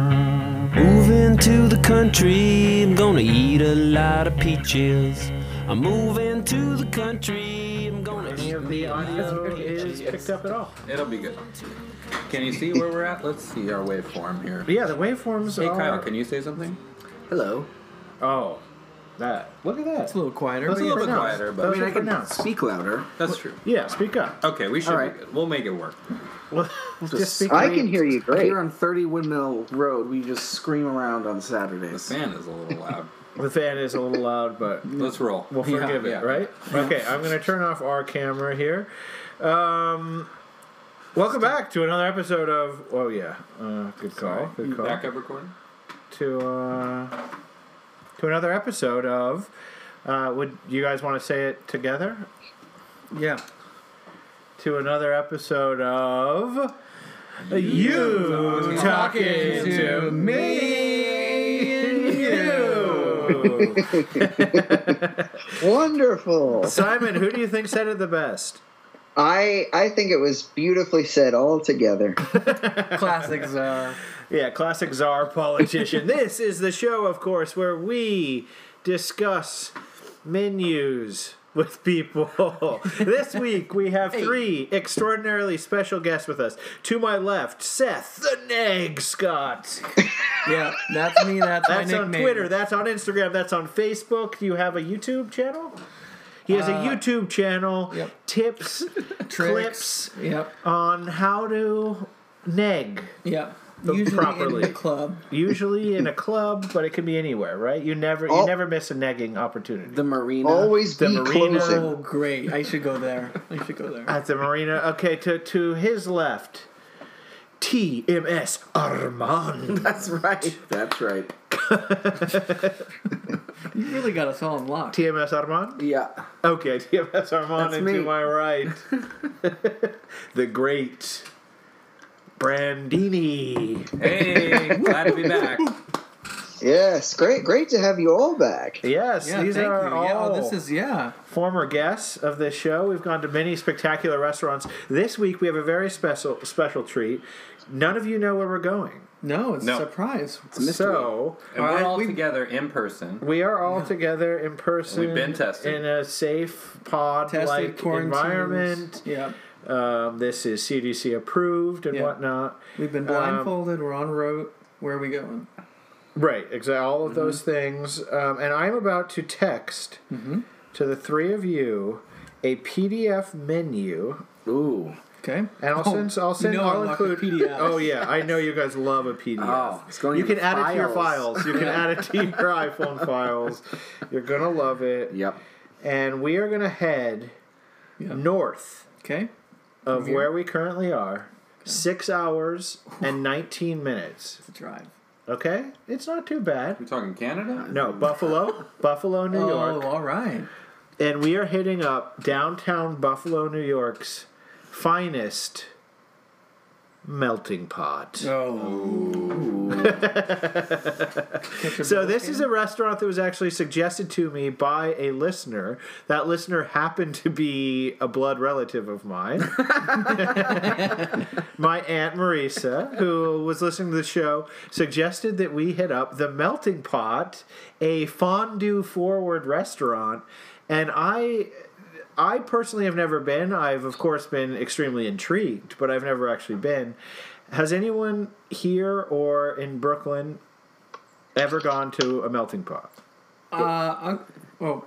Moving to the country, I'm gonna eat a lot of peaches. I'm moving to the country, I'm gonna Any eat of the audio is picked up at all. It'll be good. Can you see where we're at? Let's see our waveform here. But yeah, the waveforms Hey are. Kyle, can you say something? Hello. Oh, that. Look at that. It's a little quieter. Those but are yeah. little bit pronounced. quieter, but- I Those mean, are I can pronounced. speak louder. That's true. Yeah, speak up. Okay, we should. All be right. good. We'll make it work. Well, just speak I up. can hear you great. Here on 30 Windmill Road, we just scream around on Saturdays. Fan is a little loud. The fan is a little loud, but Let's roll. we'll Yeah, forgive yeah. it, right? Okay, I'm going to turn off our camera here. Um, welcome back to another episode of. Oh yeah, uh, good Sorry. call. Good call. Back up recording. to uh, to another episode of. Uh, would you guys want to say it together? Yeah. To another episode of. You talking to me and you. Wonderful. Simon, who do you think said it the best? I I think it was beautifully said all together. Classics are. Yeah, classic czar politician. this is the show, of course, where we discuss menus with people. this week we have three extraordinarily special guests with us. To my left, Seth the Nag Scott. Yeah, that's me. That's, my That's nickname. on Twitter. That's on Instagram. That's on Facebook. You have a YouTube channel. He has a YouTube channel. Uh, yep. Tips, Tricks. clips Yep. on how to neg. Yep. But Usually properly. in the club. Usually in a club, but it can be anywhere, right? You never you Oh. never miss a negging opportunity. The marina. Always The be marina- closing. Oh, great. I should go there. I should go there. At the marina. Okay, to to his left. TMS Armand. That's right. That's right. You really got us all in lock. TMS Armand? Yeah. Okay, TMS Armand That's and me. to my right. the great Brandini. Hey, glad to be back. Yes, great great to have you all back. Yes, Yeah, these thank are you. all Yeah, oh, this is, yeah. former guests of this show. We've gone to many spectacular restaurants. This week we have a very special special treat. None of you know where we're going. No, it's No. a surprise. So And we're Alright, all we- together in person. we are all together in person. We've been tested. in a safe pod Tested, like quarantined. environment. Yeah. Um, this is CDC approved and Yeah. whatnot. We've been blindfolded. Um, we're on route. Where are we going? Right, exactly. All Mm-hmm. of those things. Um, and I'm about to text Mm-hmm. to the three of you a PDF menu Ooh. Okay. And I'll Oh, send. I'll send. know I I'll like include. PDFs. Oh yeah, I know you guys love a PDF. Oh, it's you can add it to your files. You can add it to your iPhone files. You're gonna love it. Yep. And we are gonna head Yeah. north Okay. of here. where we currently are. Six hours and 19 minutes. The drive. Okay, it's not too bad. We're talking Uh, Canada. No, Buffalo, Buffalo, New Oh, York, all right. and we are hitting up downtown Buffalo, New York's finest melting pot. Oh. Catch a So ball this game. is a restaurant that was actually suggested to me by a listener. That listener happened to be a blood relative of mine. My aunt Marisa, who was listening to the show, suggested that we hit up the Melting Pot, a fondue forward restaurant, and I I personally have never been. I've of course been extremely intrigued, but I've never actually been. Has anyone here or in Brooklyn ever gone to a melting pot? Uh, I, oh,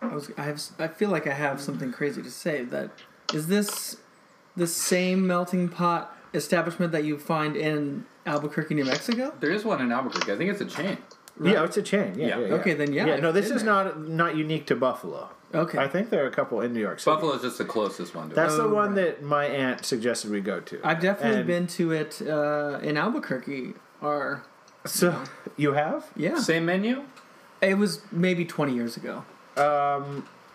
I was. I have. I feel like I have something crazy to say. That is this the same melting pot establishment that you find in Albuquerque, New Mexico? There is one in Albuquerque. I think it's a chain. Yeah, it's a chain. Yeah. Yeah. yeah, yeah. Okay, then yeah, Yeah, no, I've this been is there. not not unique to Buffalo. Okay. Oh, I think there are a couple in New York City. Buffalo is just the closest one to That's us. the one that my aunt suggested we go to. I've definitely And been to it uh, in Albuquerque. Or So you have? yeah, Same menu? it was maybe twenty years ago.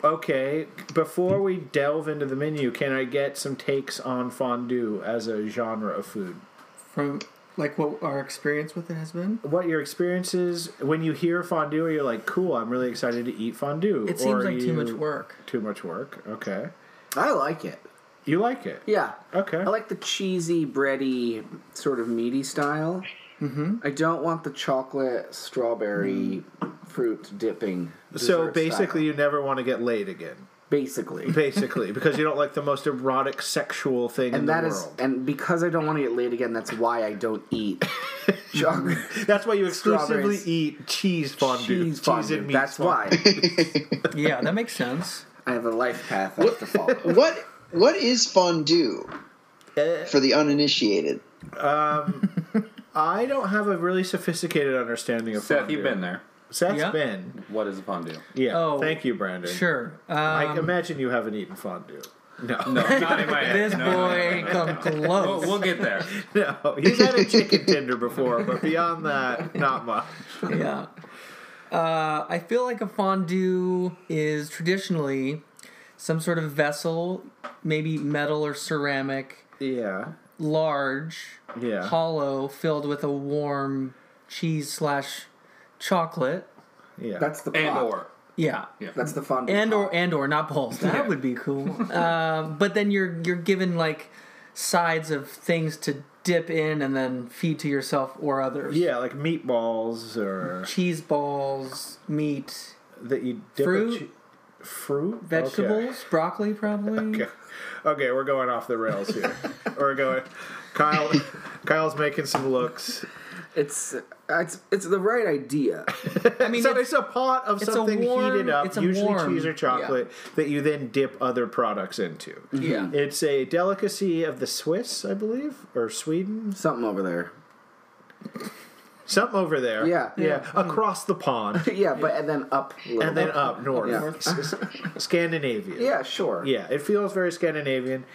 Okay. Before we delve into the menu, can I get some takes on fondue as a genre of food? From like what our experience with it has been. what your experience is when you hear fondue you're like cool i'm really excited to eat fondue It or seems like too you- much work. too much work okay I like it. you like it Yeah. Okay. I like the cheesy, bready, sort of meaty style. Mm-hmm. I don't want the chocolate, strawberry, fruit dipping. Mm. so dessert basically style. you never want to get laid again basically, basically because you don't like the most erotic sexual thing in and the that is, world and because I don't want to get laid again, that's why I don't eat chocolate. that's why you exclusively Strawberries. eat cheese fondue Cheese cheese and fondue. meat That's fondue. why Yeah, that makes sense. I have a life path I have to follow. What what is fondue Uh, for the uninitiated? i don't have a really sophisticated understanding of Seth, fondue you've been there. Seth's Yeah. been What is a fondue? yeah Oh, thank you brandon Sure. Um, i imagine you haven't eaten fondue no No, not in my head. this No, no, no, no, boy no. come We'll, close. we'll get there. no he's had a chicken tender before but beyond that not much yeah. Uh, I feel like a fondue is traditionally some sort of vessel, maybe metal or ceramic, yeah large, Yeah. hollow, filled with a warm cheese slash chocolate. Yeah. That's the pot. And or. Yeah. that's the fondue. And pot. or and or not both. That Yeah. would be cool. um, but then you're you're given like sides of things to dip in and then feed to yourself or others. yeah, like meatballs or Cheese balls, meat, that you dip a Fruit? che- fruit vegetables, Okay. broccoli probably. Okay. Okay, we're going off the rails here. we're going. Kyle, Kyle's making some looks. it's it's it's the right idea. I mean, So it's- it's a pot of a something warm- heated up, it's a usually warm- cheese or chocolate, that you then dip other products into. yeah. It's a delicacy of the Swiss, I believe, or Sweden, Something over there. something over there. Yeah. yeah, across the pond Yeah, but and then up. a little and then bit. up north, Scandinavia. Yeah, Mm-hmm. sure. Yeah, it feels very Scandinavian.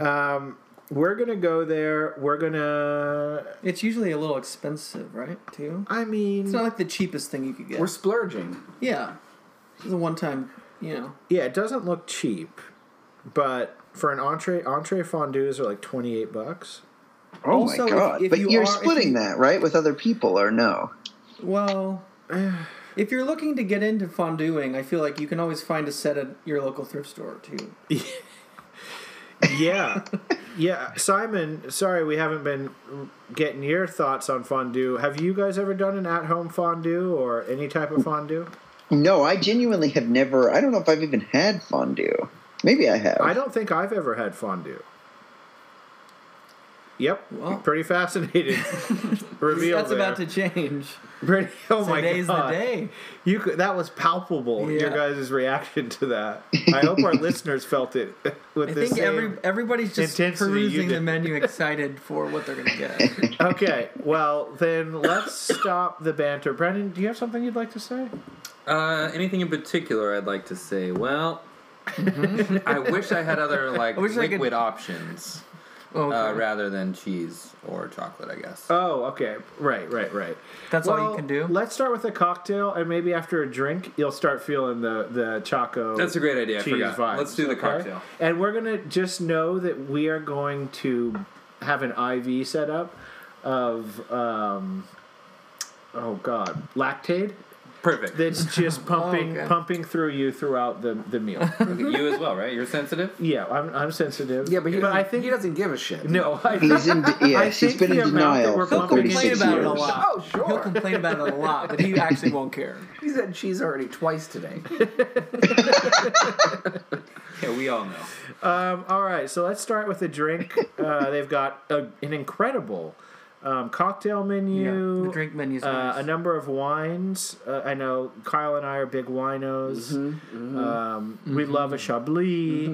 Um, we're gonna go there. We're gonna. It's usually a little expensive, right? Too. I mean, It's not like the cheapest thing you could get. We're splurging. yeah. It's a one time, you know. yeah, it doesn't look cheap, but for an entree, entree fondues are like twenty eight bucks. Oh Also, my if- god! if but you you are- are if splitting you- that right with other people or no? Well, if you're looking to get into fondueing, I feel like you can always find a set at your local thrift store too. Yeah, yeah. Simon, sorry we haven't been getting your thoughts on fondue. Have you guys ever done an at home fondue or any type of fondue? No, I genuinely have never. I don't know if I've even had fondue. Maybe I have. I don't think I've ever had fondue. Yep, Well. pretty fascinated. Reveal That's there. about to change. Pretty, oh my Today's god! the day. You could, that was palpable. Your Yeah. guys' reaction to that. I hope our listeners felt it with I this. think every same- everybody's just intensity you perusing the did. menu, excited for what they're gonna get. Okay, well then let's stop the banter. Brendan, do you have something you'd like to say? Uh, anything in particular I'd like to say? Well, I wish Mm-hmm. I had other like wish I could- liquid options Oh, uh, rather than cheese or chocolate, I guess. Oh, okay, right, right, right. That's all you can do? Let's start with a cocktail, and maybe after a drink, you'll start feeling the the choco. That's a great idea. I cheese forgot. vibes, Let's do the okay? cocktail. And we're gonna just know that we are going to have an IV set up of um, oh god, lactate Perfect. that's just pumping Oh, okay. pumping through you throughout the, the meal. you as well, right? You're sensitive. yeah, I'm, I'm sensitive. Yeah, but, he, but doesn't- I think he doesn't give a shit. no, I He's in. I Yes, he's think been the in amount that we're denial for He'll pumping- complain 36 about it a years. lot. Oh, sure. He'll complain about it a lot, but he actually won't care. He's had cheese already twice today. Yeah, we all know. Um, all right, so let's start with a drink. Uh, they've got a, an incredible um, cocktail menu. the drink menu's uh, nice. a number of wines. Uh, I know Kyle and I are big winos. Mm-hmm, Um, We love a Chablis.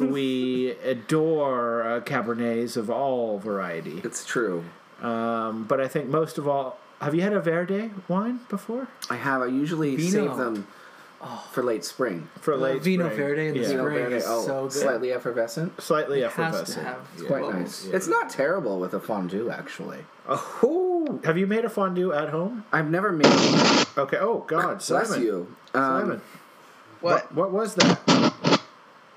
we adore uh, Cabernets of all variety. it's true. Um, but I think most of all, have you had a Verde wine before? I have. I usually Vino. save them for late spring. For late Uh, Vino spring. Verde in the Yeah. Vino Spring Verde, is so good. oh, Slightly effervescent. Slightly Has to effervescent. have. Quite bubbles. nice. It's not terrible with a fondue, actually. Oh, have you made a fondue at home? I've never made. Okay. Oh God, Simon. Bless you. Simon, Um, What? what was that?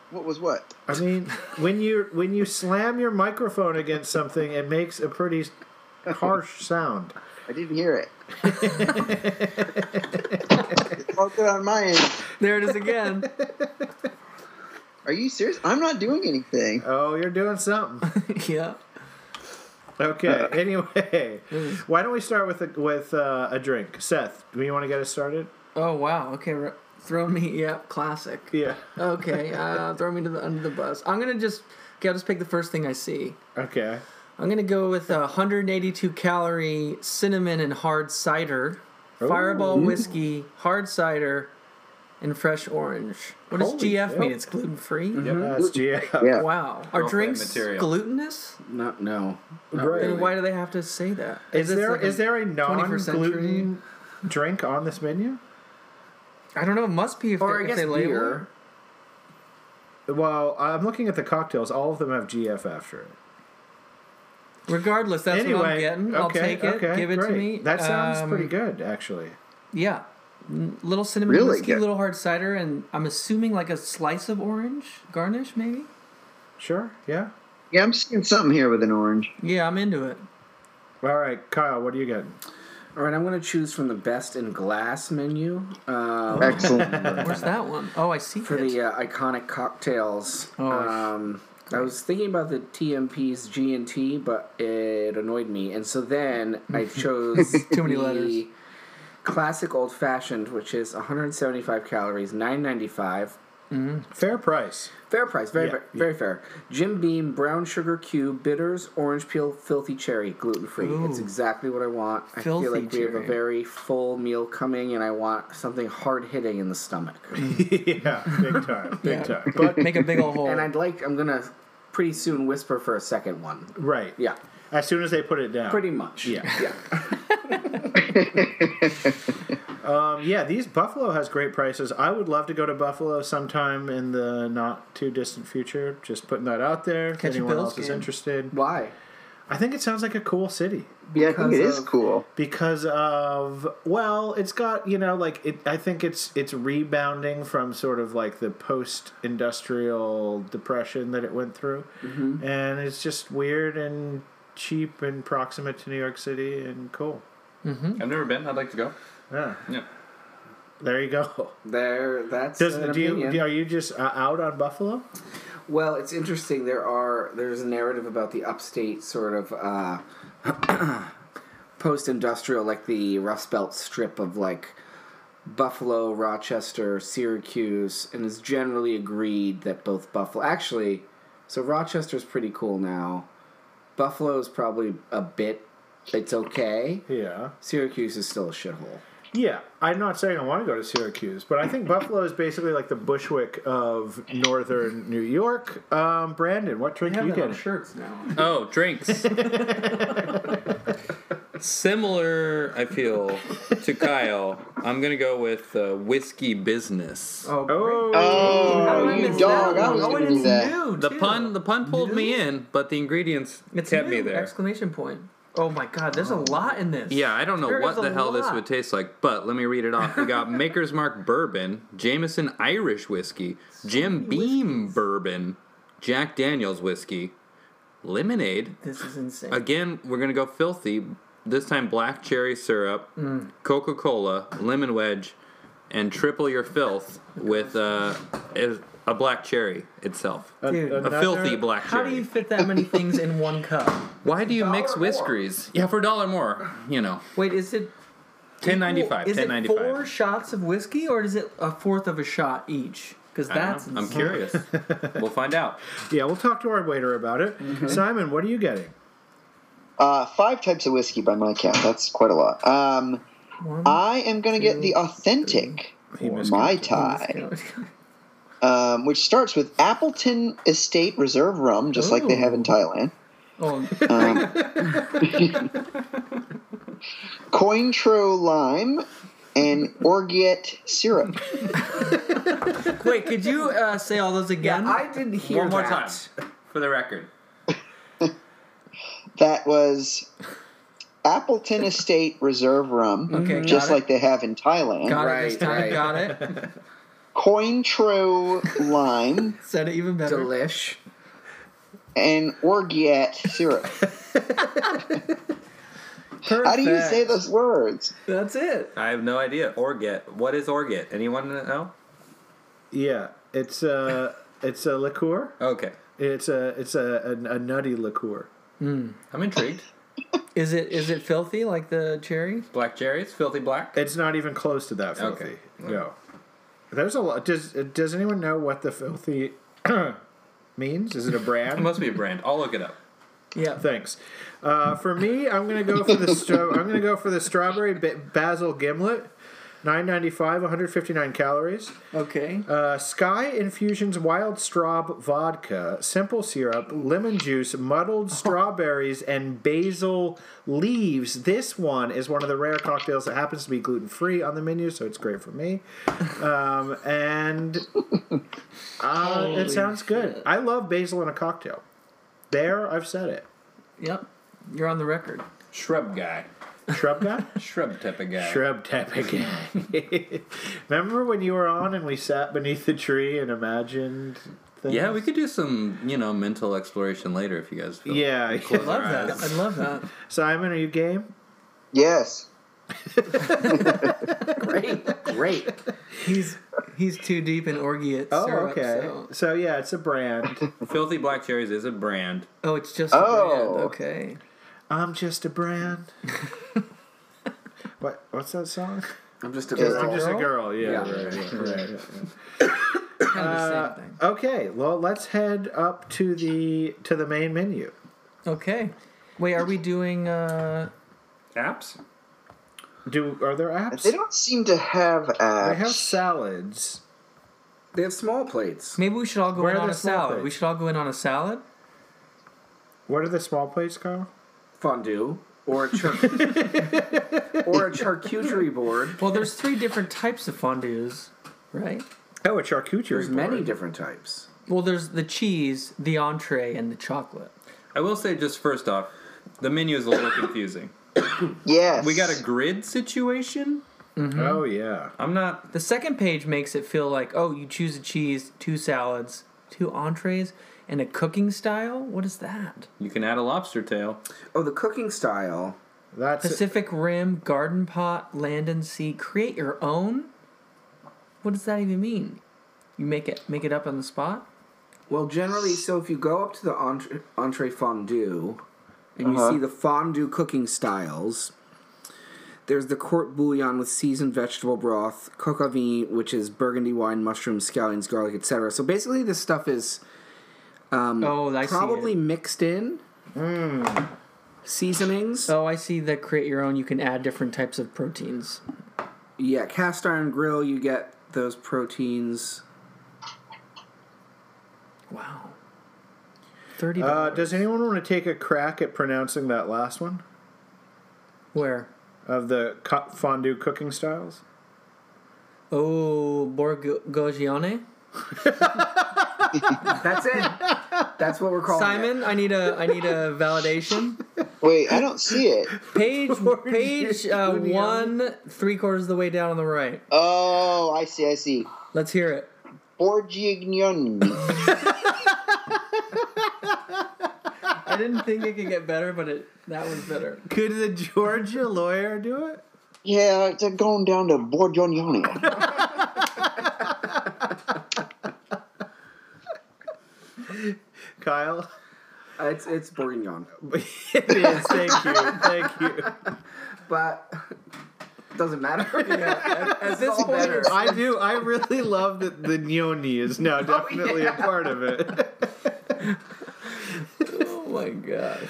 What was what? I mean, when you when you slam your microphone against something, it makes a pretty harsh sound. I didn't hear it. it's all good on my end. There it is again. Are you serious? I'm not doing anything. Oh, you're doing something. yeah. Okay. anyway, why don't we start with a, with uh, a drink? Seth, do you want to get us started? Oh wow. Okay. Re- throw me. Yeah. Classic. Yeah. Okay. Uh, throw me to the under the bus. I'm gonna just. Okay. I'll just pick the first thing I see. Okay. I'm gonna go with a 182 calorie cinnamon and hard cider, Oh. Fireball whiskey, hard cider, and fresh orange. What does Holy GF shit. mean? It's gluten free. Mm-hmm. That's GF. Yeah. Wow. Are Girlfriend drinks material. glutinous? No, no. Right. Then why do they have to say that? Is this there like is a- there a 21st non-gluten drink on this menu? I don't know. It must be if, Or they- I if guess they label. beer. Well, I'm looking at the cocktails. All of them have GF after it. it. Regardless, that's anyway, what I'm getting. I'll okay, take it. okay, give it to great. me. That sounds Um, pretty good, actually. Yeah. N- Little cinnamon Really whiskey, good. little hard cider, and I'm assuming like a slice of orange garnish, maybe. Sure. Yeah. Yeah, I'm seeing something here with an orange. Yeah, I'm into it. All right, Kyle. What are you getting? All right, I'm going to choose from the best in glass menu uh, Excellent. Where's that one? Oh, I see for it. the uh, iconic cocktails. Oh, um, I was thinking about the TMP's G and T, but it annoyed me, and so then I chose Too many the letters. Classic old fashioned, which is 175 calories, 9.95. Fair price. Fair price, very Yeah, fair, very fair. Jim Beam, brown sugar cube, bitters, orange peel, filthy cherry, gluten free. It's Ooh. exactly what I want. I Filthy feel like we have cherry. a very full meal coming, and I want something hard hitting in the stomach. yeah, big time, big Yeah. time. But Make a big old hole. and I'd like, I'm gonna pretty soon whisper for a second one. right, Yeah, As soon as they put it down, pretty much. Yeah. yeah. Um, yeah, these Buffalo has great prices. I would love to go to Buffalo sometime in the not too distant future. Just putting that out there. If Catch a anyone Bills else is game. interested, Why? I think it sounds like a cool city. yeah, I think it is of- cool. because of well it's got you know like it i think it's it's rebounding from sort of like the post industrial depression that it went through Mm-hmm. and it's just weird and cheap and proximate to new york city and cool I've never been. I'd like to go. yeah Yeah. there you go There, that's Does, an do you, opinion. do- are you just uh, out on buffalo Well, it's interesting. There are there's a narrative about the upstate sort of uh, post-industrial, like the Rust Belt strip of like Buffalo, Rochester, Syracuse, and it's generally agreed that both Buffalo actually. So Rochester's pretty cool now. Buffalo's probably a bit. It's okay. yeah Syracuse is still a shithole. yeah i'm not saying i want to go to syracuse but i think buffalo is basically like the bushwick of northern new york um, brandon what drink have you that on getting shirts now. Oh, drinks. Similar, I feel, to Kyle. I'm gonna go with uh, whiskey business. Oh, great. Oh, How Oh, did I you miss dog! that I one? was Oh, going and to do it's that. new, The too. pun, the pun pulled me in, but the ingredients It's kept new, me there. Exclamation point. Oh my god, there's a lot in this. Yeah, I don't know There what is a the hell this lot. would taste like, but let me read it off. We got Maker's Mark Bourbon, Jameson Irish Whiskey, Jim Beam Bourbon, Jack Daniels Whiskey, Lemonade. This is insane. Again, we're going to go filthy. This time, black cherry syrup, Mm. Coca Cola, lemon wedge, and triple your filth with uh, a, a black cherry itself. Dude. A A filthy black How cherry. do you fit that many things in one cup? Why do you mix dollar more. whiskeys? Yeah, for a dollar more. You know, Wait, is it ten ninety five. Is Ten it ninety five. four shots of whiskey or is it a fourth of a shot each? Because I don't know. that's I'm insane. curious. we'll find out. Yeah, we'll talk to our waiter about it. Simon, what are you getting? Uh, five types of whiskey by my count. That's quite a lot. Um, One, I am going to get the authentic Mai Tai, um, which starts with Appleton Estate Reserve Rum, just like they have in Thailand. Oh, Cointreau Lime and Orgeat Syrup. wait, could you uh, say all those again? I didn't hear One more that. time, for the record. That was Appleton Estate Reserve Rum, Okay, got just it. like they have in Thailand. got it this Right, time. right. Got it. Cointreau Lime Said it even better. Delish. and Orgeat Syrup. How do you Perfect. say those words? That's it. I have no idea. Orget. What is Orget? Anyone know? Yeah, it's a it's a liqueur. Okay. It's a it's a a, a nutty liqueur. I'm intrigued. Is it is it filthy like the cherry? Black cherries, filthy black. It's not even close to that filthy. Okay. No. There's a lot. Does does anyone know what the filthy means? Is it a It brand? must be a brand. I'll look it up. Yeah. Thanks. Uh, for me, I'm gonna go for the stro- I'm gonna go for the strawberry ba- basil gimlet. 995, 159 calories. Okay. Uh, Sky Infusions Wild Straub Vodka, simple syrup, lemon juice, muddled strawberries, and basil leaves. This one is one of the rare cocktails that happens to be gluten free on the menu, so it's great for me. Um, and uh, it sounds good. I love basil in a cocktail. There, I've said it. Yep. You're on the record. Shrub guy. Shrub guy? Shrub type of guy. Shrub type of guy. Remember when you were on and we sat beneath the tree and imagined things? Yeah, we could do some, you know, mental exploration later if you guys feel. Yeah, I yeah. love that. I love that. Simon, are you game? Yes. Great, great. He's he's too deep in orgy Oh, syrup. okay. So. So. yeah, it's a brand. Filthy black cherries is a brand. Oh, it's just a Oh. brand. Okay. I'm just a brand. what? What's that song? I'm just a Yeah. I'm girl. just a girl. Yeah. Yeah. Right, yeah, right, yeah. Kind of the same thing. Okay. Well, let's head up to the to the main menu. Okay. Wait, are we doing uh Apps? Do are there apps? They don't seem to have They have apps. salads. They have small plates. maybe we should all go Where in are on the a small salad. plates? We should all go in on a salad. What are the small plates, Carl? Fondue or a char- or a charcuterie board. Well, there's three different types of fondues, right? Oh, a charcuterie. There's board. many different types. Well, there's the cheese, the entree, and the chocolate. I will say just first off, the menu is a little confusing. Yes. We got a grid situation. Oh yeah. I'm not. The second page makes it feel like, oh, you choose a cheese, two salads, two entrees, and a cooking style. What is that? You can add a lobster tail. Oh, the cooking style. That's Pacific Rim, garden pot, land and sea. Create your own. What does that even mean? You make it make it up on the spot. Well, generally, so if you go up to the entre- entree fondue and Uh-huh. you see the fondue cooking styles, there's the court bouillon with seasoned vegetable broth, coq au vin, which is burgundy wine, mushrooms, scallions, garlic, etc. So basically, this stuff is Mm. oh, I see. probably it. Hmm. mixed in. Seasonings. Oh, I see the create your own. You can add different types of proteins. Yeah, cast iron grill, you get those proteins. Wow. Thirty. Uh, dollars. does anyone want to take a crack at pronouncing that last one Where? of the co- fondue cooking styles? Oh, Borgogione. That's it. That's what Oh, we're calling it. Simon, I need a I need a validation. Wait, I don't see it. Page page uh, one, three quarters of the way down on the right. Uh, Oh, I see. I see. Let's hear it. Borgignone. I didn't think it could get better, but it that was better. Could the Georgia lawyer do it? yeah, it's uh, going down to Borgignone. Kyle? Uh, It's it's bourguignon, it is. Thank you. Thank you. but doesn't matter. At this point, better. I do. I really love that the gnoni is now definitely a part of it. oh my gosh.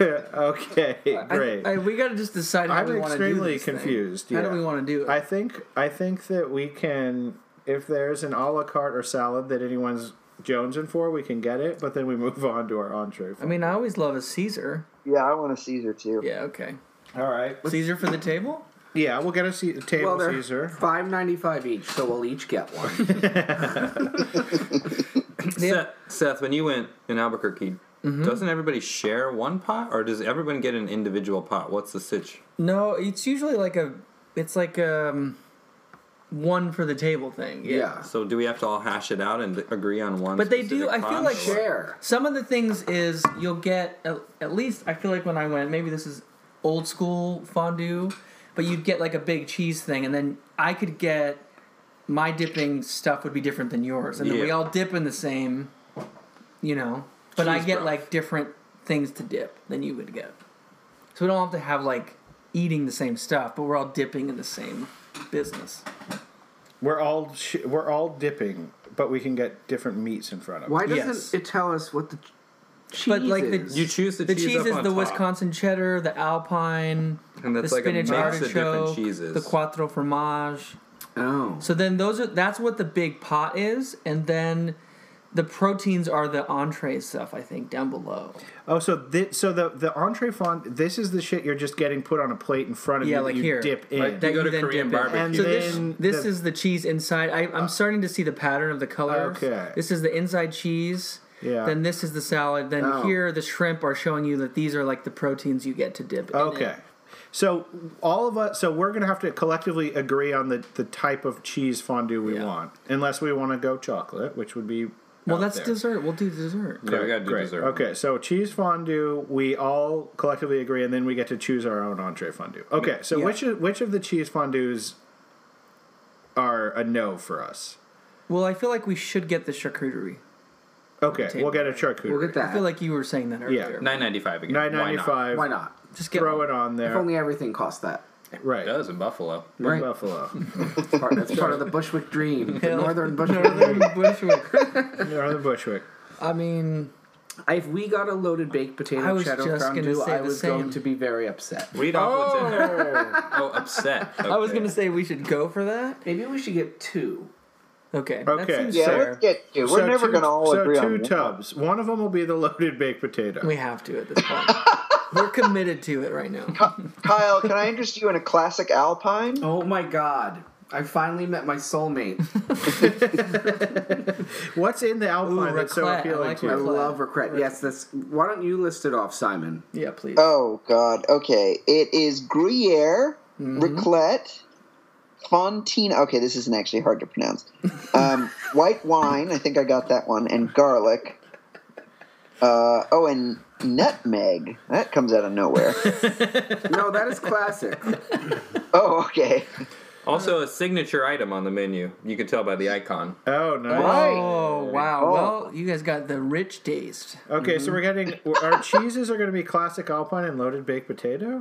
okay, I- great. I, I, we gotta just decide how we am want to do this. extremely thing. confused. How do we yeah. want to do it? I think I think that we can, if there's an a la carte or salad that anyone's jonesing for, we can get it. But then we move on to our entree. I mean, I always love a Caesar. yeah, I want a Caesar too. Yeah, okay. all right. Caesar for the table? Yeah, we'll get a se- well, table they're Caesar. five ninety five each, so we'll each get one. Seth, Seth, when you went in Albuquerque, Mm-hmm. doesn't everybody share one pot, or does everyone get an individual pot? What's the sitch? No, it's usually like a, it's like um, one for the table thing. yeah, So do we have to all hash it out and agree on one? But they do- specific I feel pot, like or share- share. Some of the things is you'll get at, at least I feel like when I went, maybe this is old school fondue, but you'd get like a big cheese thing, and then I could get my dipping stuff would be different than yours, and then we Yeah. all dip in the same, you know. But I Cheese get broth. like different things to dip than you would get, so we don't have to have like eating the same stuff, but we're all dipping in the same business. We're all sh- we're all dipping, but we can get different meats in front of. Why us. doesn't Yes. it tell us what the ch- cheese But, like, the- is? You choose the, The cheese, cheese, up is the on top, Wisconsin cheddar, the Alpine, and that's the like a mix spinach of different artichoke, cheeses. the quattro fromage. oh, So then those are that's what the big pot is, and then the proteins are the entree stuff. I think down below. Oh, so thi- so the the entree fond. This is the shit you're just getting put on a plate in front of Yeah, you. like that you here. dip in. Like You go to then Korean dip in. barbecue. And So this, then the- this Uh, is the cheese inside. I, I'm starting to see the pattern of the colors. Okay. This is the inside cheese. Yeah. Then this is the salad. Then Oh. here the shrimp are showing you that these are like the proteins you get to dip. in it. Okay. So all of us, so we're gonna have to collectively agree on the, the type of cheese fondue we Yeah. want, unless we want to go chocolate, which would be Well, out that's there. dessert. We'll do dessert. Yeah, we gotta do Great. dessert. Okay, so cheese fondue, we all collectively agree, and then we get to choose our own entree fondue. Okay, so Yeah. which of, which of the cheese fondues are a no for us? Well, I feel like we should get the charcuterie. Okay, Table. we'll get a charcuterie. we'll get that. I feel like you were saying that earlier. Nine ninety five again. nine ninety Why five. Why not? Just get Throw one. it on If there. only everything cost that. right. not? It does in Buffalo. Right. Buffalo. That's part, that's part of the Bushwick dream. The Yeah. Northern Bushwick Northern dream. Bushwick. Northern Bushwick. I mean, If we got a loaded baked I potato was cheddar just gonna fondue, say I the was same. going to be very upset. Read off what's in there. Oh, upset. I was gonna say we should go for that. Maybe we should get two. Okay. Okay, That seems so- Yeah, fair. let's get to. We're So never two- going to all so agree two on this. tubs. One of them will be the loaded baked potato. We have to at this point. We're committed to it right now. Kyle, can I interest you in a classic Alpine? Oh my god. I finally met my soulmate. What's in the Alpine Ooh, that's so raclette. I appealing like to I you? raclette. love regret. Yes, that's why don't you list it off, Simon? Yeah, please. Oh God. Okay, it is Gruyere, Mm-hmm. raclette, fontina. Okay, this isn't actually hard to pronounce. Um, white wine. I think I got that one, and garlic. Uh, oh, and nutmeg. That comes out of nowhere. No, that is classic. oh, okay. Also, a signature item on the menu. You could tell by the icon. Oh, nice. Oh, wow. Oh. Well, you guys got the rich taste. Okay, so we're Mm-hmm. getting our cheeses are going to be classic Alpine and loaded baked potato.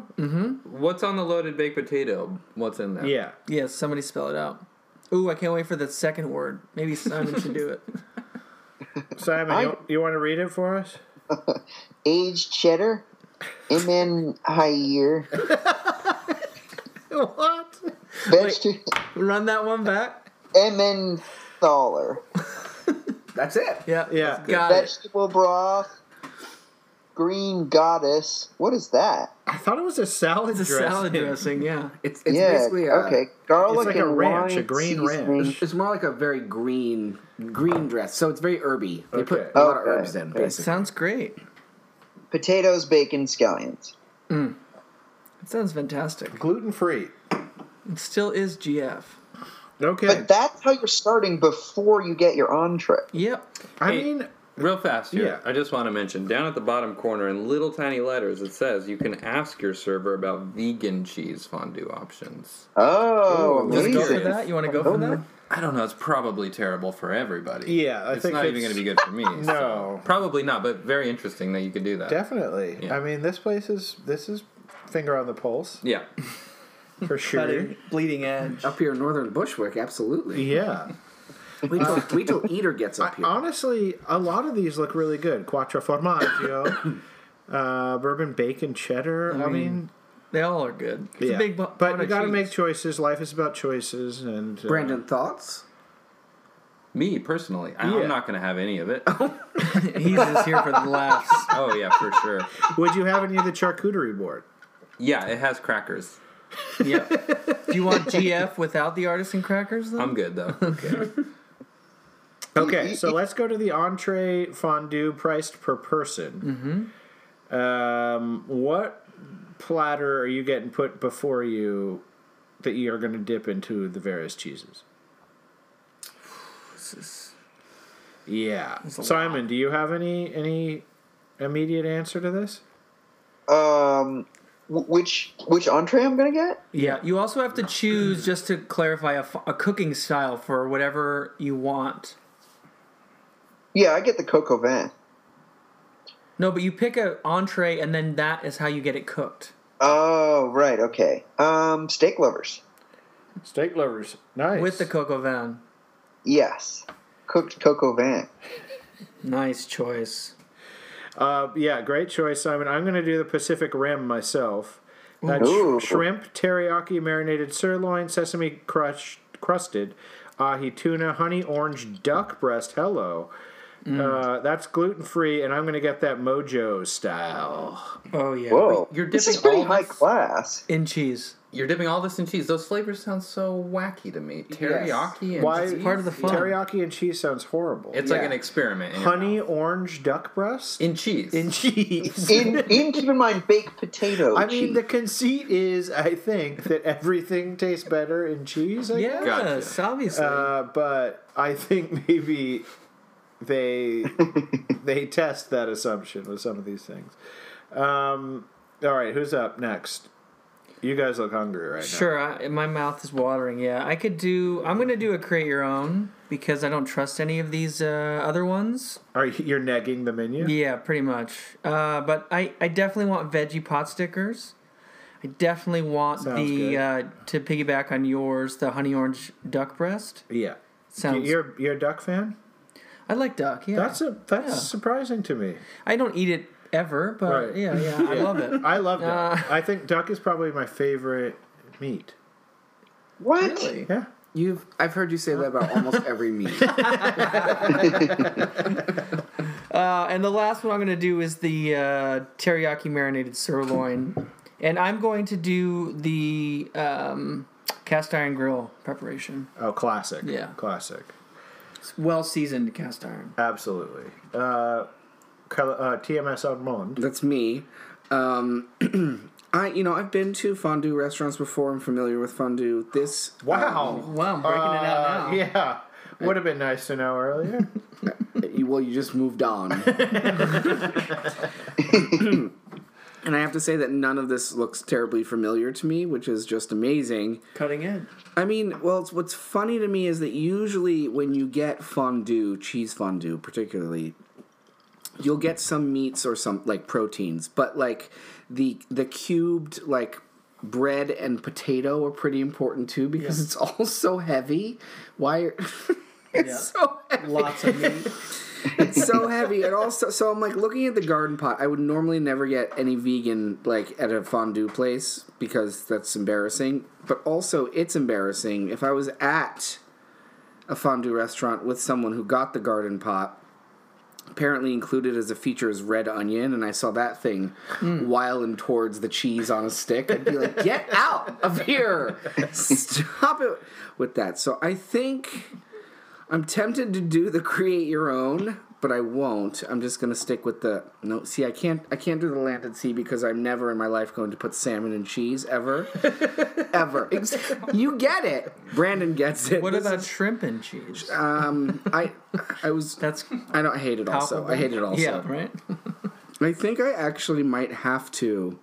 What's on the loaded baked potato? What's in there? Yeah, Yes, somebody spell it out. Ooh, I can't wait for the second word. Maybe Simon should do it. Simon, you, you want to read it for us? Aged cheddar, Imen Hayir. What? Vegetable. Run that one back. Emmenthaler. That's it. Yeah. Yeah. Got it. Vegetable broth. Green goddess. What is that? I thought it was a salad It's a dressing. salad dressing. Yeah. It's it's yeah. basically a, okay. Garlic It's like and a ranch, wine a green seasoning. ranch. It's more like a very green green dress. So it's very herby. They put a Okay. lot of Okay. herbs in, basically. Sounds great. Potatoes, bacon, scallions. It sounds fantastic. gluten free. It still is GF. Okay, But that's how you're starting before you get your entree. Yep. I Hey. mean, Real fast here. Yeah. I just want to mention down at the bottom corner in little tiny letters it says you can ask your server about vegan cheese fondue options. Oh, Ooh, Just amazing. go for that. You want to go for that? I don't know. It's probably terrible for everybody. Yeah, I it's think not even it's- going to be good for me. no, No. probably not. But very interesting that you could do that. definitely. Yeah. I mean, this place is this is finger on the pulse yeah, for sure. Cutting, bleeding edge. Up here in northern Bushwick, absolutely. Yeah. Wait till, wait till Eater gets up I, here. honestly, a lot of these look really good. Quattro formaggio, uh, bourbon bacon cheddar. I mean, They all are good. It's yeah. a big bu- pot but you of got to cheese. make choices. Life is about choices, and uh, Brandon, thoughts? me personally, I- Yeah. Oh. I'm not going to have any of it. He's just here for the laughs. oh yeah, for sure. would you have any of the charcuterie board? Yeah, it has crackers. Yeah. Do you want GF without the artisan crackers? Then? I'm good though. okay. Okay, so let's go to the entree fondue priced per person. Mm-hmm. Um, what platter are you getting put before you that you are going to dip into the various cheeses? Yeah, Simon, do you have any any immediate answer to this? Um, wh- which which entree I'm gonna get? Yeah. You also have to choose, just to clarify, a, f- a cooking style for whatever you want. Yeah, I get the coco vin. No, but you pick an entree, and then that is how you get it cooked. Oh, right, okay. Um, steak lovers. Steak lovers. Nice. With the coco van. Yes, cooked coco vin. Nice choice. Uh, yeah, great choice, Simon. I'm going to do the Pacific Rim myself. That's Ooh. sh- shrimp, teriyaki, marinated sirloin, sesame crushed, crusted, ahi tuna, honey orange duck breast. Hello. Uh, that's gluten free, and I'm going to get that mojo style. Oh yeah. Whoa, Wait, you're this is dipping pretty all high this- class. In cheese. You're dipping all this in cheese. Those flavors sound so wacky to me. Teriyaki and Why? cheese. part of the fun. Teriyaki and cheese sounds horrible. It's like an experiment. in your honey mouth. orange duck breast in cheese. in cheese. In in keep in mind baked potato. I mean, the cheese. conceit is, I think, that everything tastes better in cheese. I Yes, Gotcha. obviously. Uh, but I think maybe they they test that assumption with some of these things. Um, all right, who's up next? You guys look hungry right Sure, I, my mouth is watering. Yeah, I could do. I'm gonna do a create your own because I don't trust any of these uh, other ones. now. Are you, you're negging the menu? Yeah, pretty much. Uh, but I, I definitely want veggie pot stickers. I definitely want Sounds the good. uh, to piggyback on yours, the honey orange duck breast. Yeah. Sounds. You're you're a duck fan. I like duck. Yeah, That's a that's Yeah. surprising to me. I don't eat it ever, but Right. yeah, yeah, I love it. I love duck. Uh. I think duck is probably my favorite meat. what? Really? Yeah. You've I've heard you say that about almost every meal. Uh, and the last one I'm going to do is the uh, teriyaki marinated sirloin. And I'm going to do the um, cast iron grill preparation. Oh, classic. Yeah. Classic. It's well seasoned cast iron. Absolutely. Uh, col- uh, TMS on Mond. That's me. Um, I you know I've been to fondue restaurants before. I'm familiar with fondue. This um, Wow. Wow, I'm breaking it out Uh, now. Yeah. Would have been nice to know earlier. you, well, you just moved on. and I have to say that none of this looks terribly familiar to me, which is just amazing. Cutting edge. I mean, well, it's, what's funny to me is that usually when you get fondue, cheese fondue particularly, you'll get some meats or some like proteins, but like the the cubed like bread and potato are pretty important too because it's all so heavy. Why? Are, it's Yeah. so heavy Lots of meat. so heavy and also so i'm like looking at the garden pot i would normally never get any vegan like at a fondue place because that's embarrassing but also it's embarrassing if i was at a fondue restaurant with someone who got the garden pot apparently included as a feature is red onion and i saw that thing Hmm. wiling towards the cheese on a stick i'd be like get out of here stop it with that so i think i'm tempted to do the create your own but i won't i'm just gonna stick with the no see i can't i can't do the land at sea because i'm never in my life going to put salmon and cheese ever ever Ex- you get it brandon gets it What This about is- shrimp and cheese? um i i was That's I don't I hate it also. I hate it also. Yeah, right? I think I actually might have to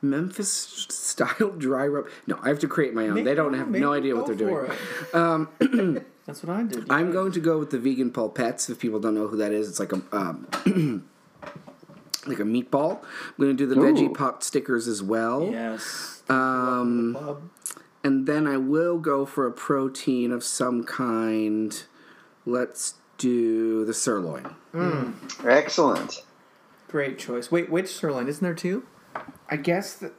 Memphis style dry rub. No, I have to create my own. they don't have Maybe no idea what go they're doing. Um, for it. That's what I did. I'm going to go with the vegan pulpettes. If people don't know who that is, it's like a um, like a meatball. I'm going to do the Ooh. veggie pot stickers as well. yes. Um, Bob. and then I will go for a protein of some kind. Let's do the sirloin. Excellent. Great choice. Wait, which sirloin? Isn't there two? I guess the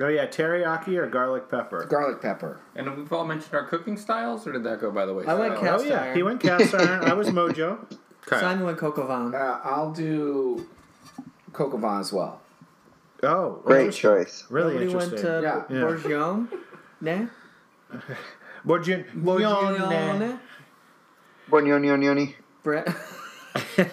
oh yeah, teriyaki or garlic pepper. garlic pepper. and we've all mentioned our cooking styles, or did that go by the way? I Uh, like Oh cast yeah, iron. he went cast iron. I was mojo. Simon went coco van. Uh, I'll do Coco Vin as well. Oh, Great interesting. choice. Really Nobody went interesting. to Yeah. Yeah. Bourgeon? Nah? Bourguignon- Bourgeon. Borgnonionioni. Brett. All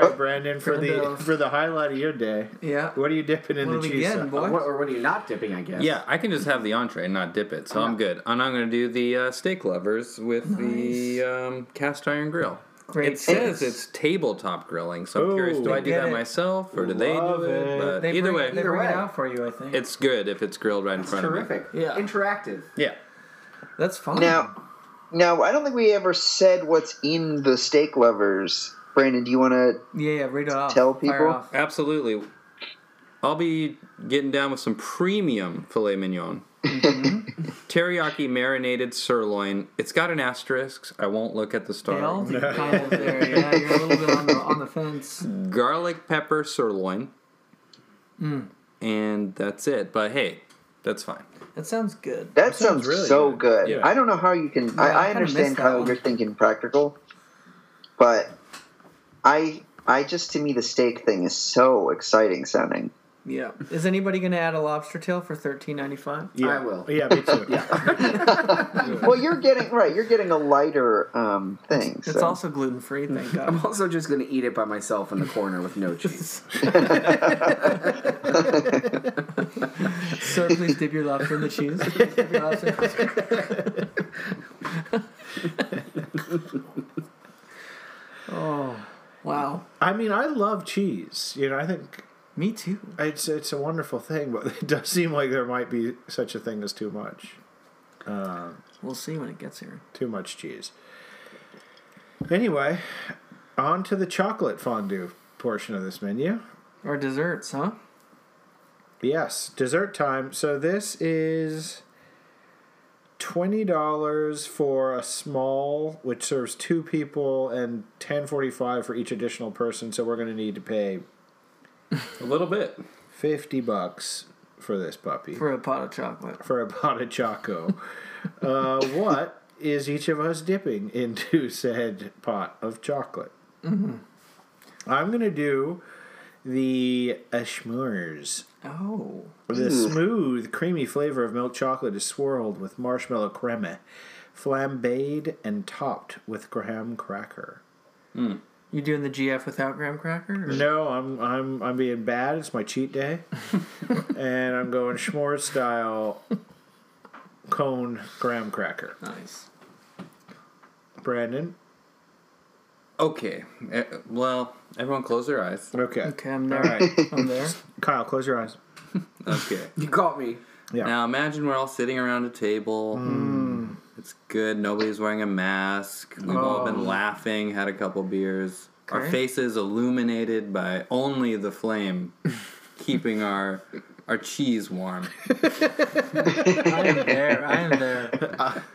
right, Brandon, for Brando. the for the highlight of your day, Yeah. what are you dipping in What are the we cheese? getting, sauce? boy? What, or what are you not dipping, I guess? Yeah, I can just have the entree and not dip it, so I'm good. And I'm gonna do the uh, steak lovers with the um, cast iron grill. Great. It says it's tabletop grilling, so I'm Ooh. curious. Do I do They that get it. myself, or do they Love do it? it. But They either bring, way, they Either bring way. it out for you. I think it's good if it's grilled right in front Terrific. Yeah. Interactive. of me. Yeah, that's fine. Now, now I don't think we ever said what's in the steak lovers. Brandon, do you want to? yeah, yeah, read it off. Tell Fire people? off. absolutely. I'll be getting down with some premium filet mignon, Mm-hmm. teriyaki marinated sirloin. It's got an asterisk. I won't look at the They all star. do kind of there. Yeah, you're a little bit on the on the fence. Garlic pepper sirloin, and that's it. But hey, that's fine. That sounds good. That, sounds, really so good. good. Yeah. I don't know how you can. I I, I kinda missed understand that how one. you're thinking practical, but I, I just to me the steak thing is so exciting sounding. Yeah. Is anybody gonna add a lobster tail for thirteen ninety five? Yeah. I will. Oh, Yeah, me too. Well, you're getting right. You're getting a lighter um, thing. It's so. also gluten free. Thank I'm God. also just gonna eat it by myself in the corner with no cheese. Sir, please dip your lobster in the cheese. Please dip your lobster- oh, wow. I mean, I love cheese. You know, I think Me too. it's it's a wonderful thing, but it does seem like there might be such a thing as too much, We'll see when it gets here. too much cheese. Anyway, on to the chocolate fondue portion of this menu. Or desserts, huh? Yes, dessert time. So this is twenty dollars for a small, which serves two people, and ten forty-five for each additional person. So we're going to need to pay A little bit. fifty bucks for this puppy For a pot of chocolate. for a pot of choco. uh, what is each of us dipping into said pot of chocolate? I'm going to do the Ashmores. Oh. The smooth, creamy flavor of milk chocolate is swirled with marshmallow creme, flambéed and topped with graham cracker. You doing the GF without graham cracker? or- No, I'm I'm I'm being bad. It's my cheat day, and I'm going s'more style cone graham cracker. Nice. Brandon, Okay. Eh, Well, everyone close their eyes. okay, Okay, I'm all there. right. I'm there. Kyle, close your eyes. Okay. you caught me. Yeah. Now imagine we're all sitting around a table. It's good. Nobody's wearing a mask. We've all been laughing, had a couple beers. Our Okay. faces illuminated by only the flame, keeping our our cheese warm. I am there. I am there.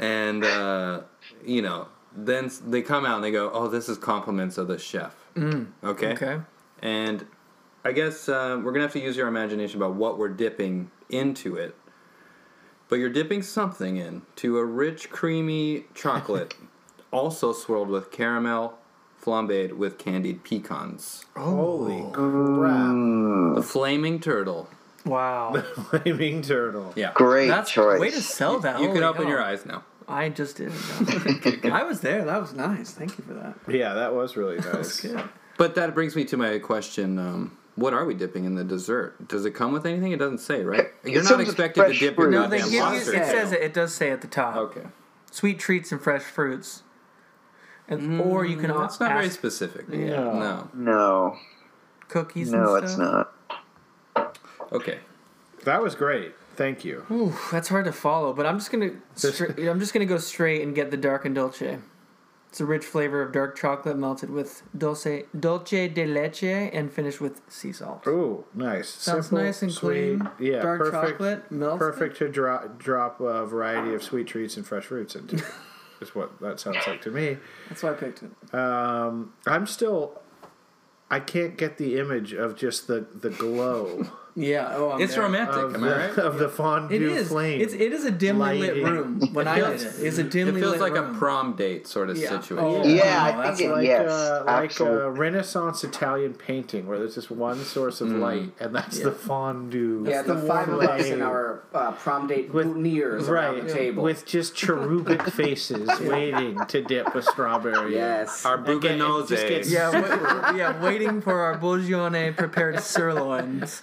And uh, you know, then s- they come out and they go, "Oh, this is compliments of the chef." Okay. Okay. And I guess uh, we're gonna have to use your imagination about what we're dipping into it. But you're dipping something in to a rich, creamy chocolate, also swirled with caramel, flambéed with candied pecans. Mm. Holy crap! The flaming turtle. Wow. Flaming turtle. Yeah. Great That's choice. way to sell that. You can Holy open hell. your eyes now. I just did. it. I was there. That was nice. Thank you for that. Yeah, that was really nice. Good. But that brings me to my question. Um, what are we dipping in the dessert? Does it come with anything? It doesn't say, right? You're not comes with expected to fresh dip your fruit. No, they goddamn give you. It lobster. tail. says it. It does say at the top. Okay. Sweet treats and fresh fruits, and or you can Mm, That's also not ask very specific. Yeah. No. no, cookies. no, and it's stuff. not. Okay. That was great. Thank you. Ooh, that's hard to follow. But I'm just gonna. Stra- I'm just gonna go straight and get the dark and dolce. It's a rich flavor of dark chocolate melted with dulce dolce de leche and finished with sea salt. Ooh, nice. Sounds Simple, nice and sweet. clean. Yeah, dark perfect. chocolate melts. Perfect to dro- drop a variety of sweet treats and fresh fruits into. is what that sounds like to me. That's why I picked it. I'm still. I can't get the image of just the, the glow Yeah. Oh, I'm It's there. romantic, of, am I right? the, of the It fondue is. flame. It's it is a dimly Lighting. lit room. When I did it, it's a It dimly feels lit like room. a prom date sort of Yeah. situation. Oh. Yeah, Wow, I that's uh, think it, like yes, a, like absolutely. a Renaissance Italian painting where there's just one source of light, and that's the fondue. Yeah, the, five of warm us in light. our uh, prom date With- boutonnieres Right, around the table. with just cherubic faces waiting to dip a strawberry. yes. Our Again, it just bouganose. gets- Yeah, wait, yeah, waiting for our bourgeonne prepared sirloins.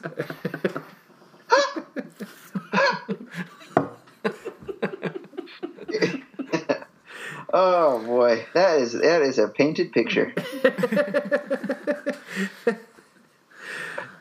Oh boy, that is that is a painted picture.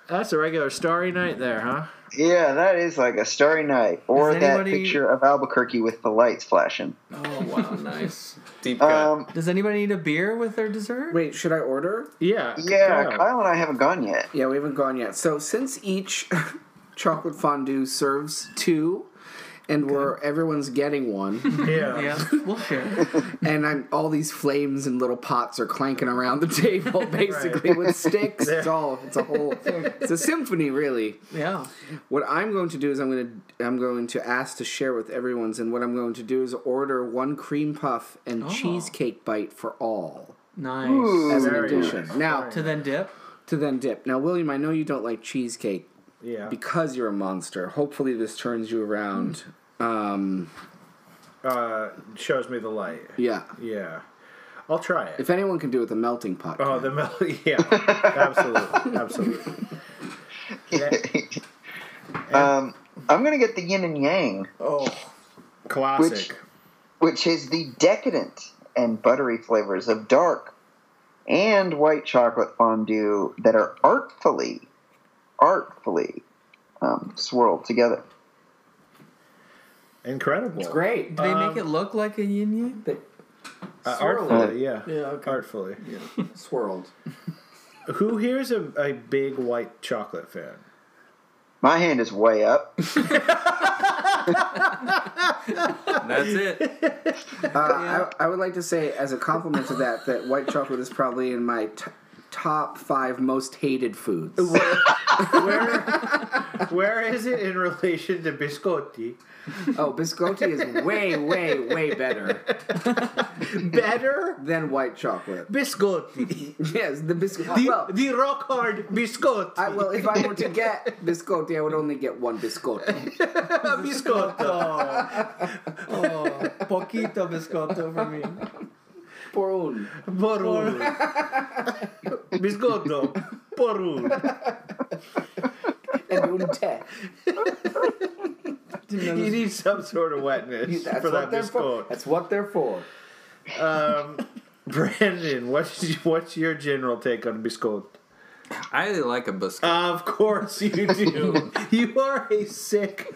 That's a regular starry night there, huh? Yeah, that is like a starry night, or Does that anybody- picture of Albuquerque with the lights flashing. Oh wow, nice. Deep cut. Um, Does anybody need a beer with their dessert? Wait, should I order? Yeah. yeah, go. Kyle and I haven't gone yet. Yeah, we haven't gone yet. So since each chocolate fondue serves two, and we're everyone's getting one, Yeah. Yeah, we'll share. and I'm, all these flames and little pots are clanking around the table, basically with sticks. It's all it's a whole it's a symphony, really. Yeah. What I'm going to do is I'm going to I'm going to ask to share with everyone's, and what I'm going to do is order one cream puff and cheesecake bite for all Nice. as Oh. an Very addition. nice. Now Very To then dip. to then dip. Now, William, I know you don't like cheesecake Yeah. because you're a monster. Hopefully, this turns you around. Hmm. Um, Uh, shows me the light. yeah. Yeah. I'll try it. If anyone can do it, the melting pot. Oh, can. the mel. Yeah. absolutely. Absolutely. um, I'm gonna get the yin and yang, Oh. Classic. Which- which is the decadent and buttery flavors of dark and white chocolate fondue that are artfully, artfully um, swirled together. Incredible. It's great. Do they make it Um, look like a yin yang? Uh, Swirl artfully, yeah. okay. Artfully. Swirled. Who here's a, a big white chocolate fan? My hand is way up. That's it. Uh, I, I would like to say, as a compliment to that, that white chocolate is probably in my t- top five most hated foods. Where, where is it in relation to biscotti? Oh, biscotti is way, way, way better Better than white chocolate. biscotti. Yes, the biscotti. The, well, the rock hard biscotti. I, well, if I were to get biscotti, I would only get one biscotti. biscotto. Oh, poquito biscotto for me. For one. Por uno. Biscotto. Por uno. And one te. Didn't know You this- need some sort of wetness That's for that what they're for. biscotto. That's what they're for. Um, Brandon, what's, what's your general take on biscotto? I really like a biscuit. Of course you do. you are a sick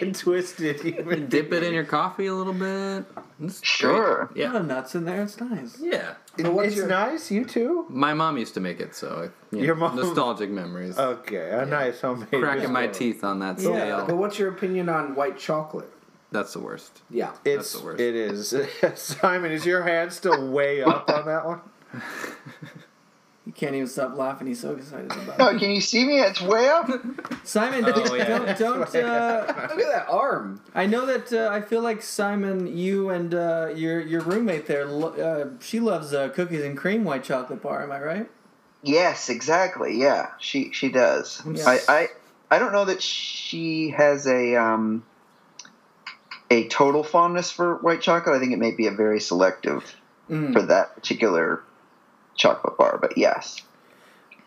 and twisted human. Dip it in your coffee a little bit. It's Um, Sure. great. a lot Yeah. of nuts in there. It's nice. Yeah. But what's It's your- nice, you too. My mom used to make it, so I, you Your know, mom- nostalgic memories. Oh, Okay, a nice homemade. Cracking my biscotto. teeth on that Yeah, scale. but what's your opinion on white chocolate? That's the worst. Yeah. It's the worst. it is. Simon, is your hand still way up on that one? He can't even stop laughing. He's so excited about Oh, can you see me? It's way up. it. Simon, Oh, yeah. don't. don't uh, Look at that arm. I know that uh, I feel like Simon, you and uh, your your roommate there, lo- uh, she loves uh, cookies and cream white chocolate bar. Am I right? Yes, exactly. Yeah, she she does. Yeah. I, I I don't know that she has a um a total fondness for white chocolate. I think it may be a very selective for that particular chocolate bar. But yes,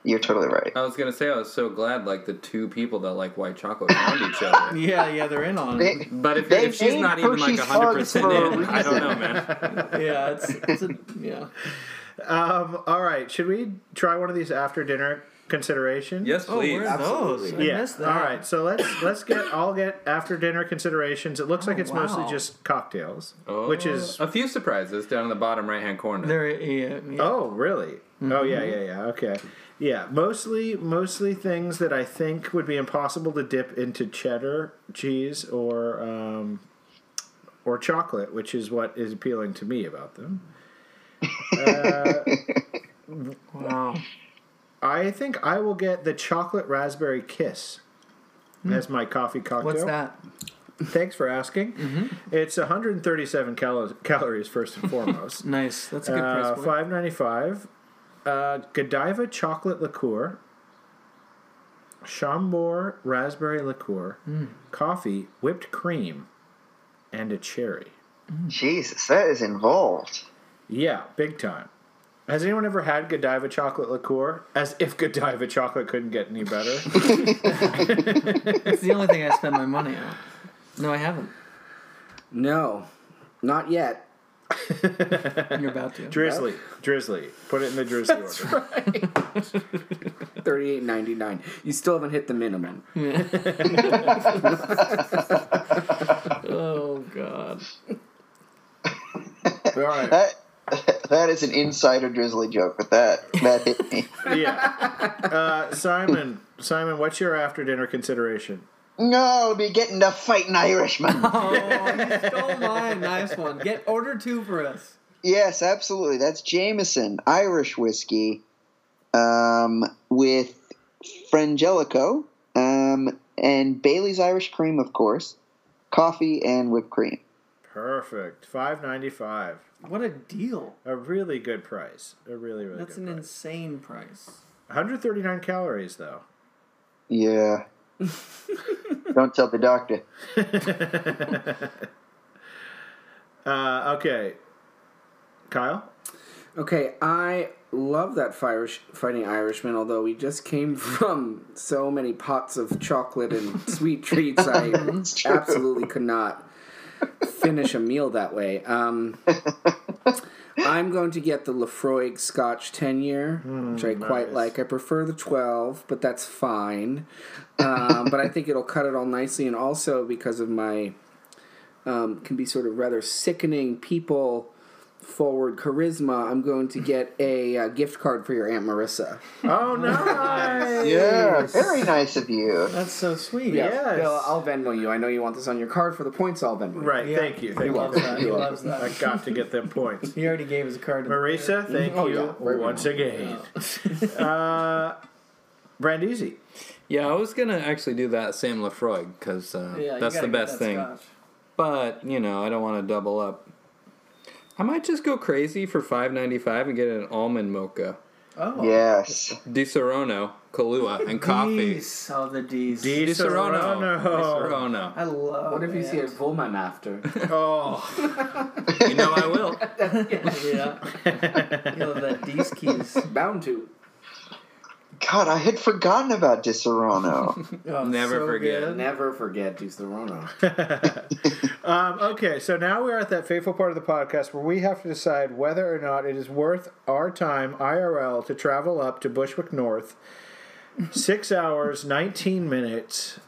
you're totally right. I was gonna say I was so glad like the two people that like white chocolate found each other. Yeah, yeah, they're in on it. They- But if, They if she's named not even like Hershey's hundred Hugs percent for a in, I don't reason. know, man. Yeah, it's, it's a, yeah. Um, all right, should we try one of these after dinner considerations? Yes, Oh, please. where are those? I Absolutely. Yeah. missed that. All right, so let's let's get I'll get after dinner considerations. It looks like it's mostly wow. just cocktails, Oh, which is a few surprises down in the bottom right hand corner. There, yeah, yeah. Oh, really? Oh, Mm-hmm. yeah, yeah, yeah. Okay. Yeah, mostly mostly things that I think would be impossible to dip into cheddar cheese or um, or chocolate, which is what is appealing to me about them. Wow. I think I will get the chocolate raspberry kiss as my coffee cocktail. Hmm. What's that? Mm-hmm. Thanks for asking. It's 137 calo- calories first and foremost. Nice. That's a good Uh, price point. Five ninety five. Uh, Godiva chocolate liqueur. Chambord raspberry liqueur. Hmm. Coffee, whipped cream, and a cherry. Jesus, that is involved. Yeah, big time. Has anyone ever had Godiva chocolate liqueur? As if Godiva chocolate couldn't get any better. It's the only thing I spend my money on. No, I haven't. No, not yet. You're about to. Drizzly, drizzly. Put it in the drizzly order. Thirty-eight ninety-nine. You still haven't hit the minimum. Oh god. All right. That that is an insider drizzly joke, but that that hit me. Yeah. Uh, Simon, Simon, what's your after dinner consideration? No, I'll be getting to fight an Irishman. Stole mine. Nice one. Get order two for us. yes, absolutely. That's Jameson Irish whiskey, um, with Frangelico, um, and Bailey's Irish cream, of course, coffee and whipped cream. Perfect. Five ninety five. What a deal. A really good price. A really really That's good an price. insane price. 139 calories though. Yeah. Don't tell the doctor. Uh, okay. Kyle. Okay, I love that fire fighting Irishman. Although we just came from so many pots of chocolate and sweet treats, I absolutely could not finish a meal that way. Um, I'm going to get the Lefroy Scotch 10 year, which I quite like. I prefer the 12, but that's fine. Um, but I think it'll cut it all nicely, and also because of my um, can be sort of rather sickening people forward charisma, I'm going to get a uh, gift card for your Aunt Marissa. Oh nice. Yeah, very nice of you. That's so sweet. Yeah. Yes. Bill, I'll Venmo you. I know you want this on your card for the points, I'll Venmo you. Right. Thank you. He Thank loves you. that. He loves I that. got to get them points. He already gave his card. to the- Marisa, thank Oh, you yeah. Very once again. uh, Brandisi. Yeah, I was gonna actually do that Sam Lefroy because uh, Yeah, you that's the gotta get best that thing. scotch. But you know, I don't want to double up. I might just go crazy for five ninety five and get an almond mocha, Oh. Yes. Di Serono, Kahlua, and coffee. D's. Oh, the D's. Di Di Serono. Serono. Di I love What if you it. see a Pullman after? Oh, Serono. You know I will. Yeah. you love that D's keys. Bound to. God, I had forgotten about DiSerrano. Oh, Never so forget. good. Never forget Deuce the Rono. um, okay. So now we are at that fateful part of the podcast where we have to decide whether or not it is worth our time IRL to travel up to Bushwick North, six hours, nineteen minutes,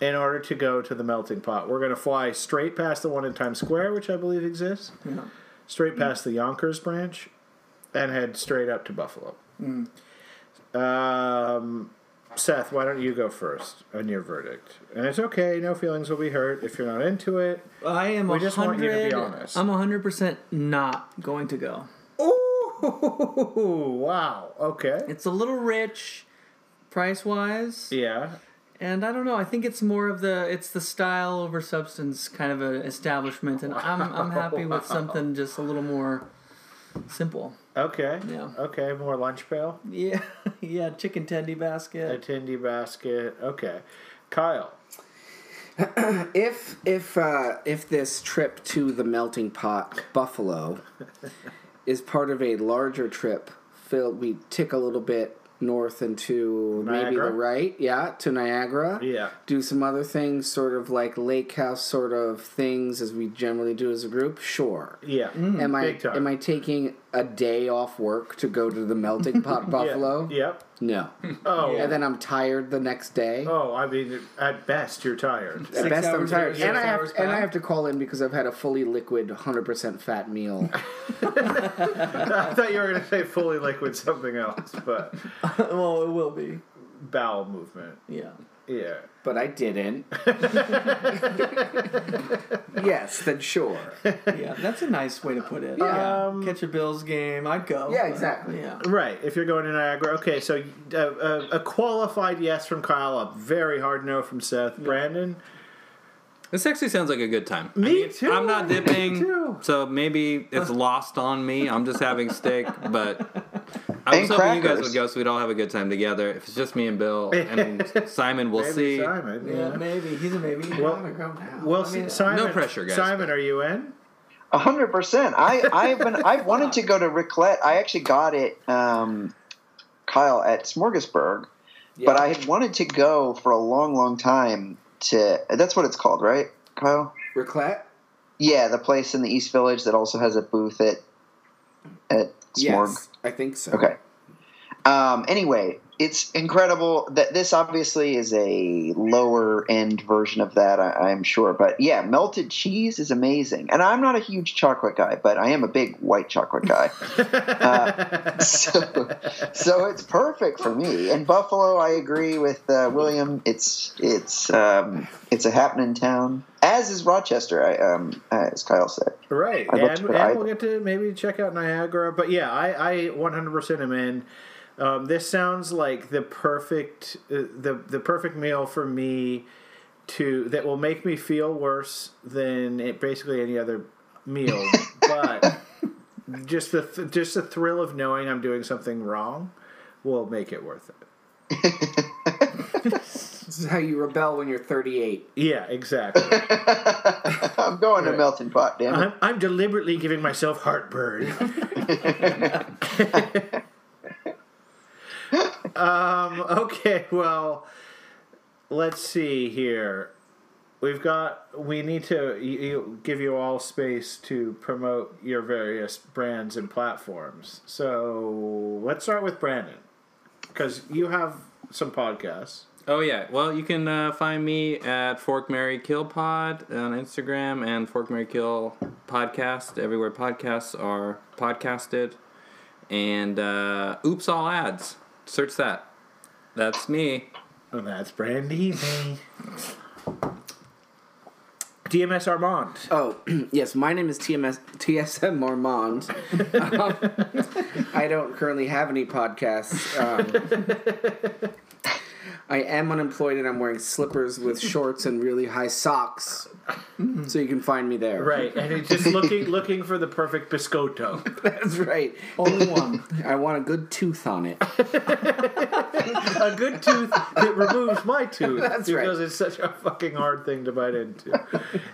in order to go to the melting pot. We're going to fly straight past the one in Times Square, which I believe exists, straight past the Yonkers branch, and head straight up to Buffalo. Um, Seth, why don't you go first on your verdict? And it's okay, no feelings will be hurt if you're not into it. I am We a just want you to be 100 honest. I'm 100% not going to go. Ooh, wow. Okay. It's a little rich price wise. Yeah. And I don't know. I think it's more of the it's the style over substance kind of an establishment, and I'm I'm happy with something just a little more simple. Okay. Yeah. Okay, more lunch pail, Yeah, yeah, chicken tendy a basket. tindy basket. Okay. Kyle. if if uh, if this trip to the melting pot buffalo is part of a larger trip filled we tick a little bit north into maybe the Niagara? right yeah to niagara Yeah. do some other things sort of like lake house sort of things as we generally do as a group sure Yeah. Mm. am i Hmm, big time. am i taking a day off work to go to the melting pot Yeah. buffalo Yep. no Oh. and then i'm tired the next day Oh, I mean, at best you're tired. At best, I'm hours tired, there, and I six have hours and I back. have to call in because I've had a fully liquid, hundred percent fat meal. I thought you were going to say fully liquid something else, but well, it will be. bowel movement. Yeah. Yeah. but I didn't. yes, then sure. Yeah, that's a nice way to put it. Yeah. Um, Catch a Bills game, I'd go. Yeah, but- exactly. Yeah. Right. If you're going to Niagara, okay. So uh, uh, a qualified yes from Kyle, a very hard no from Seth. Brandon, This actually sounds like a good time. Me I mean, too, I'm not me dipping, too. so maybe it's lost on me. I'm just having steak, but I was hoping you And guys crackers. would go so we'd all have a good time together. If it's just me and Bill and Simon, we'll maybe see. Simon. Yeah, Yeah. maybe he's a maybe. Well, well, I mean, Simon. no pressure, guys. Simon, are you in? A hundred percent. I I've been I wanted to go to Riclette. I actually got it, um, Kyle at Smorgasburg, but I had wanted to go for a long, long time. To that's what it's called, right, Kyle? Raclette. Yeah, the place in the East Village that also has a booth at at Smorg. Yes, I think so. Okay. Um, anyway, it's incredible that this obviously is a lower end version of that, I, I'm sure. But yeah, melted cheese is amazing. And I'm not a huge chocolate guy, but I am a big white chocolate guy. Uh, so, so it's perfect for me. And Buffalo, I agree with uh, William. It's it's um, it's a happening town, as is Rochester, I, um, as Kyle said. Right, I'd love and, to put and either. we'll get to maybe check out Niagara, but yeah, I, I 100% am in. Um, this sounds like the perfect uh, the the perfect meal for me to that will make me feel worse than it, basically any other meal, but just the th- just the thrill of knowing I'm doing something wrong will make it worth it. This is how you rebel when you're 38. Yeah, exactly. I'm going to melting pot, damn it. I'm, I'm deliberately giving myself heartburn. um, okay, well, let's see here. We've got. We need to you, you, give you all space to promote your various brands and platforms. So let's start with Brandon, because you have some podcasts. Oh yeah. Well, you can uh, find me at Fork Mary Kill Pod on Instagram and Fork Mary Kill Podcast everywhere podcasts are podcasted. And uh, Oops All Ads. Search that. That's me. And that's Brandy. DMS Armand. Oh, yes, my name is TMS, TSM Marmont. Um, I don't currently have any podcasts. Um, I am unemployed and I'm wearing slippers with shorts and really high socks. So you can find me there. Right, and it's just looking looking for the perfect biscotto. That's right. Only one. I want a good tooth on it. A good tooth that removes my tooth. That's right. because it's such a fucking hard thing to bite into.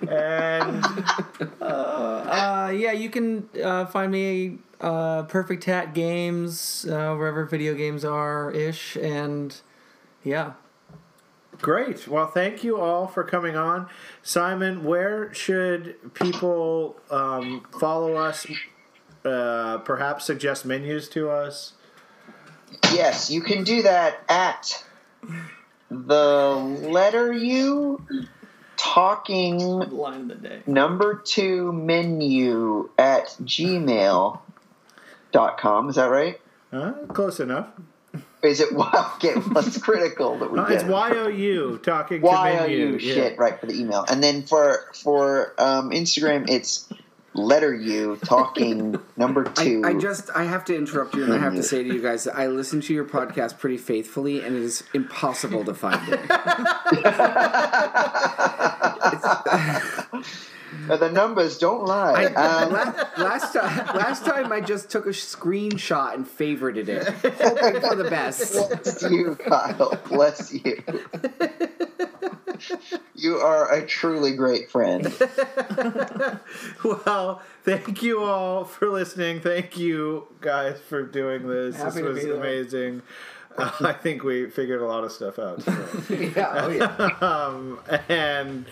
And Uh, yeah, you can uh, find me uh, Perfect Hat Games uh, wherever video games are ish, and yeah, great. Well, thank you all for coming on. Simon, where should people um, follow us? Uh, perhaps suggest menus to us. Yes, you can do that at the letter U talking line of the day. number two menu at gmail.com. Is that right? Huh? Close enough. Is it wow? Okay, well, it's critical that we Uh, get it's it. Y O U talking Why to are menu. you Yeah. shit right for the email? And then for for um, Instagram, it's letter U talking number I, two. I just I have to interrupt you and I have to say to you guys that I listen to your podcast pretty faithfully and it is impossible to find it. Uh, the numbers don't lie. Uh, Um, la- last time, last time I just took a screenshot and favorited it, hoping for the best. Bless you, Kyle. Bless you. You are a truly great friend. Well, thank you all for listening. Thank you guys for doing this. Happy this to was be there. amazing. Uh, I think we figured a lot of stuff out. today. Yeah, oh yeah. um, and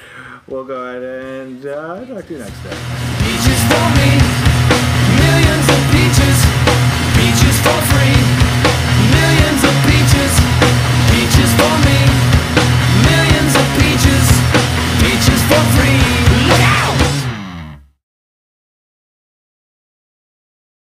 we'll go ahead and uh, talk to you next time. He just told me